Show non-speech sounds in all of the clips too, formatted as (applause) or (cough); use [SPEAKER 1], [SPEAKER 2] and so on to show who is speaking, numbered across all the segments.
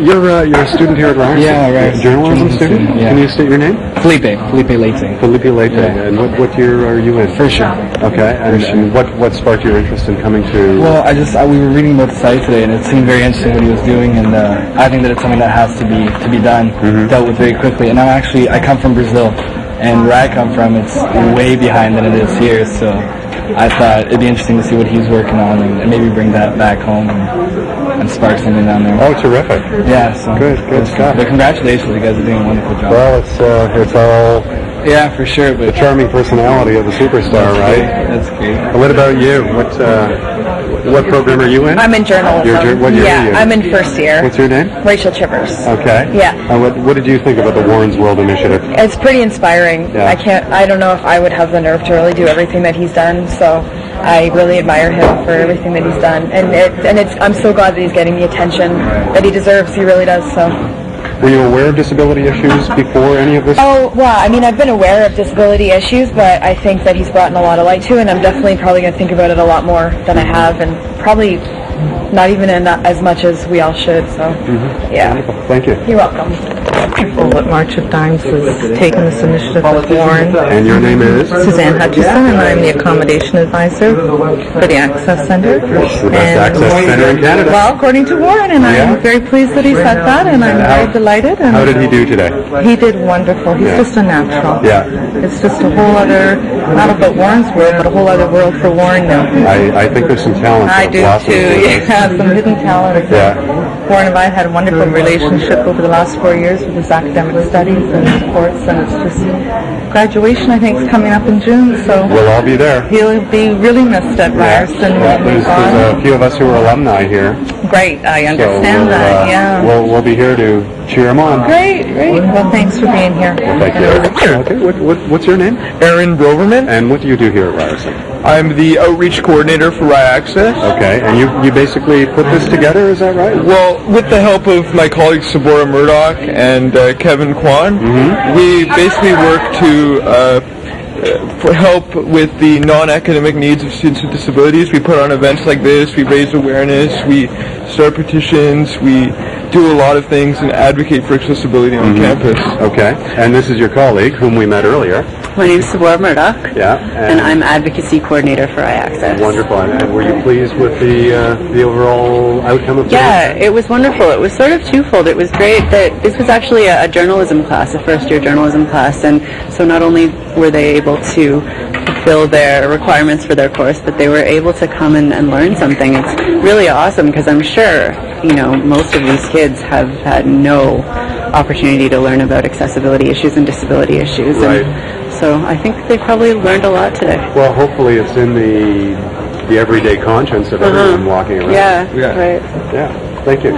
[SPEAKER 1] You're, uh, you're a student here at Ryerson?
[SPEAKER 2] Yeah, right.
[SPEAKER 1] You're a Journalism student?
[SPEAKER 2] Yeah.
[SPEAKER 1] Can you state your name?
[SPEAKER 2] Felipe, Felipe Leite.
[SPEAKER 1] Felipe Leite.
[SPEAKER 2] Yeah.
[SPEAKER 1] And what, what year are you in?
[SPEAKER 2] For sure.
[SPEAKER 1] Okay, and, and what, what sparked your interest in coming to...
[SPEAKER 2] Well, I just I, we were reading about the site today, and it seemed very interesting what he was doing, and uh, I think that it's something that has to be to be done,
[SPEAKER 1] Mm-hmm.
[SPEAKER 2] dealt with very quickly. And I'm actually I come from Brazil, and where I come from, it's way behind than it is here. So I thought it'd be interesting to see what he's working on, and, and maybe bring that back home and, and spark something down there.
[SPEAKER 1] oh, terrific.
[SPEAKER 2] Yeah. So
[SPEAKER 1] Good, good stuff.
[SPEAKER 2] But congratulations, you guys are doing a wonderful job.
[SPEAKER 1] Well, it's, uh, it's all
[SPEAKER 2] yeah, for sure. But
[SPEAKER 1] charming personality of a superstar, right?
[SPEAKER 2] That's great.
[SPEAKER 1] And What about you? What, uh, what program are you in?
[SPEAKER 3] I'm in journalism.
[SPEAKER 1] You're jour- what year
[SPEAKER 3] yeah,
[SPEAKER 1] are you?
[SPEAKER 3] I'm in first year.
[SPEAKER 1] What's your Oh. name?
[SPEAKER 3] Rachel Chivers.
[SPEAKER 1] Okay.
[SPEAKER 3] Yeah.
[SPEAKER 1] And what, what did you think about the Warren's World Initiative?
[SPEAKER 3] It's pretty inspiring.
[SPEAKER 1] Yeah.
[SPEAKER 3] I can't. I don't know if I would have the nerve to really do everything that he's done. So I really admire him for everything that he's done, and it, and it's. I'm so glad that he's getting the attention that he deserves. He really does. So.
[SPEAKER 1] Were you aware of disability issues before any of this?
[SPEAKER 3] Oh, well, I mean, I've been aware of disability issues, but I think that he's brought in a lot of light to, and I'm definitely probably going to think about it a lot more than I have, and probably not even in that as much as we all should. So,
[SPEAKER 1] Mm-hmm.
[SPEAKER 3] yeah,
[SPEAKER 1] Thank you.
[SPEAKER 3] you're welcome.
[SPEAKER 4] Well, at March of Dimes has taken this initiative with Warren,
[SPEAKER 1] And your name is?
[SPEAKER 4] Suzanne Hutchison, and I'm the accommodation advisor for the Access Center.
[SPEAKER 1] the best
[SPEAKER 4] And-
[SPEAKER 1] access center in Canada.
[SPEAKER 4] Well, according to Warren, and
[SPEAKER 1] Yeah.
[SPEAKER 4] I'm very pleased that he said that, and I'm very delighted. and-
[SPEAKER 1] How did he do today?
[SPEAKER 4] He did wonderful. He's
[SPEAKER 1] Yeah.
[SPEAKER 4] just a natural.
[SPEAKER 1] Yeah.
[SPEAKER 4] It's just a whole other, not about Warren's world, but a whole other world for Warren now.
[SPEAKER 1] I, I think there's some talent.
[SPEAKER 4] I
[SPEAKER 1] that
[SPEAKER 4] do
[SPEAKER 1] blossoms
[SPEAKER 4] too.
[SPEAKER 1] with this.
[SPEAKER 4] Yeah, (laughs) some hidden talents.
[SPEAKER 1] Yeah.
[SPEAKER 4] Warren and I had a wonderful relationship over the last four years with his academic studies and his course, and it's just graduation. I think is coming up in June, so
[SPEAKER 1] We'll all be there.
[SPEAKER 4] he'll be really missed at Ryerson
[SPEAKER 1] Yeah,
[SPEAKER 4] when
[SPEAKER 1] there's,
[SPEAKER 4] he's
[SPEAKER 1] there's
[SPEAKER 4] gone.
[SPEAKER 1] a few of us who are alumni here,
[SPEAKER 4] Great, I
[SPEAKER 1] uh, so
[SPEAKER 4] understand
[SPEAKER 1] we'll,
[SPEAKER 4] that.
[SPEAKER 1] uh,
[SPEAKER 4] yeah.
[SPEAKER 1] we'll we'll be here to cheer him on.
[SPEAKER 4] great, great. Well, thanks for being here.
[SPEAKER 1] Thank you. Okay. What, what, what's your name?
[SPEAKER 5] Aaron Broverman.
[SPEAKER 1] And what do you do here at Ryerson?
[SPEAKER 5] I'm the outreach coordinator for RIAccess.
[SPEAKER 1] Okay. And you you basically put this together, is that right?
[SPEAKER 5] Well, with the help of my colleagues Sabora Murdoch and uh, Kevin Kwan, we basically work to uh, uh, for help with the non-academic needs of students with disabilities. We put on events like this. We raise awareness. We start petitions. We do a lot of things and advocate for accessibility on campus.
[SPEAKER 1] Okay. And this is your colleague, whom we met earlier.
[SPEAKER 6] My name is Sabora Murdoch,
[SPEAKER 1] Yeah.
[SPEAKER 6] and I'm advocacy coordinator for iAccess.
[SPEAKER 1] Wonderful. And were you pleased with the uh, the overall outcome of
[SPEAKER 6] Yeah, it was wonderful. It was sort of twofold. It was great that this was actually a, a journalism class, a first-year journalism class, and so not only were they able to fulfill their requirements for their course, but they were able to come and, and learn something. It's really awesome because I'm sure, you know, most of these kids have had no opportunity to learn about accessibility issues and disability issues.
[SPEAKER 1] Right.
[SPEAKER 6] And so I think they probably learned a lot today.
[SPEAKER 1] Well, hopefully it's in the the everyday conscience of everyone walking around.
[SPEAKER 6] Yeah,
[SPEAKER 5] Yeah.
[SPEAKER 6] right.
[SPEAKER 1] Yeah. Thank you.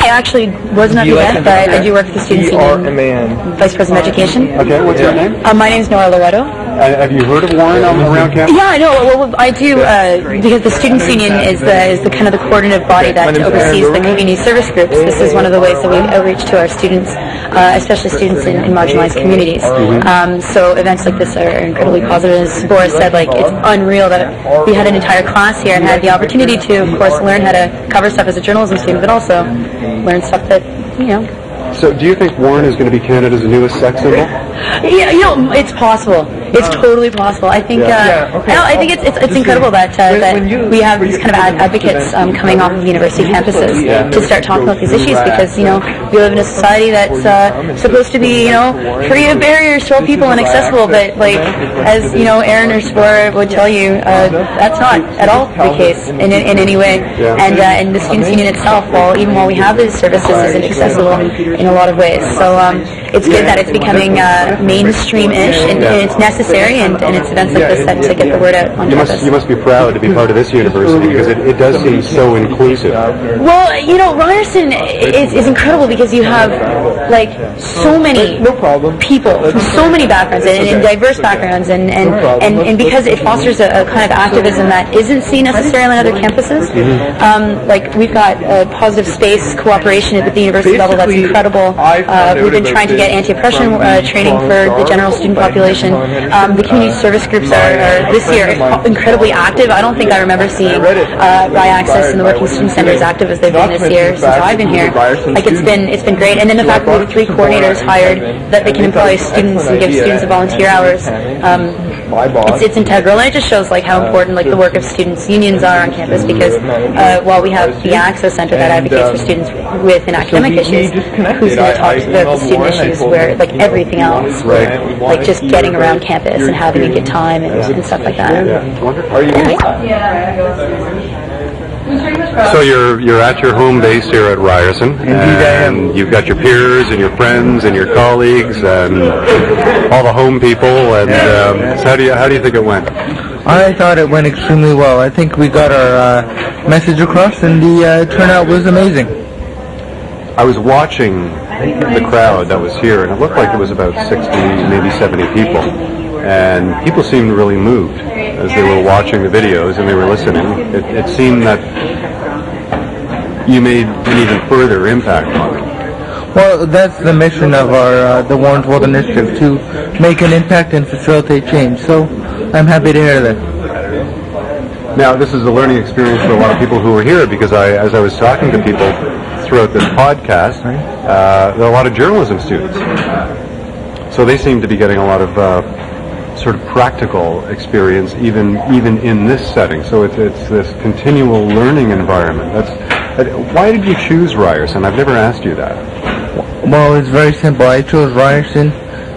[SPEAKER 7] I actually wasn't at the event, but I do work for the Students Union
[SPEAKER 5] E-R-M-A-N.
[SPEAKER 7] Vice President of Education.
[SPEAKER 1] Okay. What's your name?
[SPEAKER 7] Uh, my name is Nora Loretto.
[SPEAKER 1] Uh, have you heard of Warren on, around campus?
[SPEAKER 7] Yeah, I know. Well, well, I do uh, because the Students Union is the is the kind of the coordinative body
[SPEAKER 5] my
[SPEAKER 7] that
[SPEAKER 5] name's Aaron
[SPEAKER 7] oversees the
[SPEAKER 5] Berman.
[SPEAKER 7] community service groups. This is one of the ways that we outreach to our students, uh, especially students in, in marginalized communities. Um, so events like this are incredibly positive. As Boris said, like it's unreal that we had an entire class here and had the opportunity to, of course, learn how to cover stuff as a journalism student, but also learn stuff that you know
[SPEAKER 1] So, do you think Warren is going to be Canada's newest sex symbol?
[SPEAKER 7] Yeah, you know, it's possible. It's totally possible. I think.
[SPEAKER 5] Yeah.
[SPEAKER 7] Uh,
[SPEAKER 5] Yeah, okay.
[SPEAKER 7] I, I think it's it's, it's incredible that uh, that we have these kind of ad- advocates um, coming off of university campuses to start talking about these issues because you know we live in a society that's uh, supposed to be you know free of barriers to all people and accessible, but like as you know Aaron or Spore would tell you, uh, that's not at all the case in in, in any way. And uh, and the students union itself, while even while we have these services, isn't accessible in a lot of ways. So um, it's good that it's becoming uh, mainstream-ish and, and it's necessary and, and it's events like this that to get the word out on
[SPEAKER 1] You must you
[SPEAKER 7] campus.
[SPEAKER 1] must be proud to be part of this university because it, it does seem so inclusive.
[SPEAKER 7] Well, you know, Ryerson is, is incredible because you have like so many
[SPEAKER 5] No problem.
[SPEAKER 7] people from so many backgrounds and, and
[SPEAKER 5] okay.
[SPEAKER 7] diverse
[SPEAKER 5] It's okay.
[SPEAKER 7] backgrounds and and,
[SPEAKER 5] No problem.
[SPEAKER 7] and, and
[SPEAKER 5] Let's-
[SPEAKER 7] because it fosters a, a kind of activism that isn't seen necessarily on other campuses um, like we've got uh, positive space cooperation at the university level that's
[SPEAKER 5] Basically,
[SPEAKER 7] incredible
[SPEAKER 5] I
[SPEAKER 7] uh,
[SPEAKER 5] found out
[SPEAKER 7] we've been
[SPEAKER 5] about
[SPEAKER 7] trying to get
[SPEAKER 5] this
[SPEAKER 7] anti-oppression
[SPEAKER 5] from
[SPEAKER 7] uh,
[SPEAKER 5] the
[SPEAKER 7] training for the general student
[SPEAKER 5] Star,
[SPEAKER 7] population
[SPEAKER 5] by Henry
[SPEAKER 7] um, the community
[SPEAKER 5] Henderson,
[SPEAKER 7] service groups are, are this year incredibly active I don't think I remember seeing
[SPEAKER 5] read it.
[SPEAKER 7] uh, Rye Access and the Working
[SPEAKER 5] Inspired by
[SPEAKER 7] Student
[SPEAKER 5] what
[SPEAKER 7] Center as
[SPEAKER 5] you
[SPEAKER 7] active as they've been this
[SPEAKER 5] Not
[SPEAKER 7] year
[SPEAKER 5] mentioning
[SPEAKER 7] since I've been
[SPEAKER 5] faculty,
[SPEAKER 7] here
[SPEAKER 5] advisors, and
[SPEAKER 7] like it's been it's been great and then the fact that we have three coordinators hired that they can employ students and give students volunteer hours um,
[SPEAKER 5] My boss.
[SPEAKER 7] it's, it's integral, and it just shows like how
[SPEAKER 5] Uh,
[SPEAKER 7] important like the work of students' unions are on campus. Because uh, while we have the Access Center that
[SPEAKER 5] And,
[SPEAKER 7] advocates for
[SPEAKER 5] um,
[SPEAKER 7] students with and academic
[SPEAKER 5] he- he
[SPEAKER 7] issues,
[SPEAKER 5] just connected.
[SPEAKER 7] who's
[SPEAKER 5] I-
[SPEAKER 7] going to talk
[SPEAKER 5] I
[SPEAKER 7] to the, the
[SPEAKER 5] emailed
[SPEAKER 7] student
[SPEAKER 5] Warren, I
[SPEAKER 7] issues,
[SPEAKER 5] told
[SPEAKER 7] where
[SPEAKER 5] him,
[SPEAKER 7] like
[SPEAKER 5] you know,
[SPEAKER 7] everything
[SPEAKER 5] we wanted
[SPEAKER 7] else,
[SPEAKER 5] to grant, we wanted
[SPEAKER 7] like just
[SPEAKER 5] to
[SPEAKER 7] getting
[SPEAKER 5] hear
[SPEAKER 7] around
[SPEAKER 5] about
[SPEAKER 7] campus and
[SPEAKER 5] your
[SPEAKER 7] having a good
[SPEAKER 5] experience.
[SPEAKER 7] time and, and stuff like that.
[SPEAKER 1] Yeah, wonderful.
[SPEAKER 5] Are you
[SPEAKER 7] Yeah.
[SPEAKER 1] So you're you're at your home base here at Ryerson. Indeed,
[SPEAKER 8] I am.
[SPEAKER 1] You've got your peers and your friends and your colleagues and all the home people. And um, so how do you how do you think it went?
[SPEAKER 8] I thought it went extremely well. I think we got our uh, message across, and the uh, turnout was amazing.
[SPEAKER 1] I was watching the crowd that was here, and it looked like it was about 60, maybe 70 people. And people seemed really moved as they were watching the videos and they were listening. It, it seemed that you made an even further impact on it.
[SPEAKER 8] Well, that's the mission of our uh, the Warren's World Initiative to make an impact and facilitate change. So I'm happy to hear that.
[SPEAKER 1] Now, this is a learning experience for a lot of people who are here because I, as I was talking to people throughout this podcast, uh, there are a lot of journalism students. So they seem to be getting a lot of uh, sort of practical experience even even in this setting. So it's, it's this continual learning environment. That's that- why did you choose Ryerson? I've never asked you that.
[SPEAKER 8] Well, it's very simple. I chose Ryerson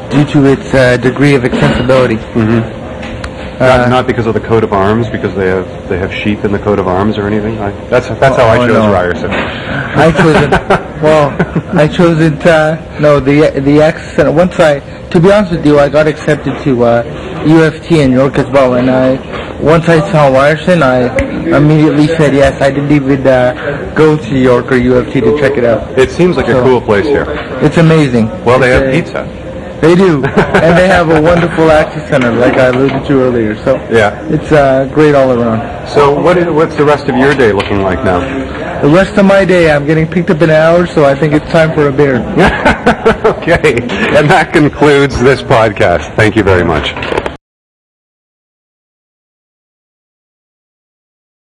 [SPEAKER 8] due to its uh, degree of accessibility.
[SPEAKER 1] Not,
[SPEAKER 8] Uh,
[SPEAKER 1] not because of the coat of arms, because they have they have sheep in the coat of arms or anything. I, that's that's how I
[SPEAKER 8] Oh,
[SPEAKER 1] chose
[SPEAKER 8] no.
[SPEAKER 1] Ryerson.
[SPEAKER 8] I chose it. Well, I chose it. Uh, no, the the accent. Once I, to be honest with you, I got accepted to uh, UFT in York as well, and I once I saw Ryerson, I immediately said yes. I didn't even uh, go to York or UFT to check it out.
[SPEAKER 1] It seems like a
[SPEAKER 8] So-
[SPEAKER 1] cool place here.
[SPEAKER 8] It's amazing.
[SPEAKER 1] Well, they
[SPEAKER 8] It's
[SPEAKER 1] have
[SPEAKER 8] a-
[SPEAKER 1] pizza.
[SPEAKER 8] They do, and they have a wonderful access center, like I alluded to earlier. So
[SPEAKER 1] Yeah.
[SPEAKER 8] it's uh, great all around.
[SPEAKER 1] So what is, what's the rest of your day looking like now? (laughs)
[SPEAKER 8] The rest of my day, I'm getting picked up in an hour, so I think it's time for a beer.
[SPEAKER 1] okay. And that concludes this podcast. Thank you very much.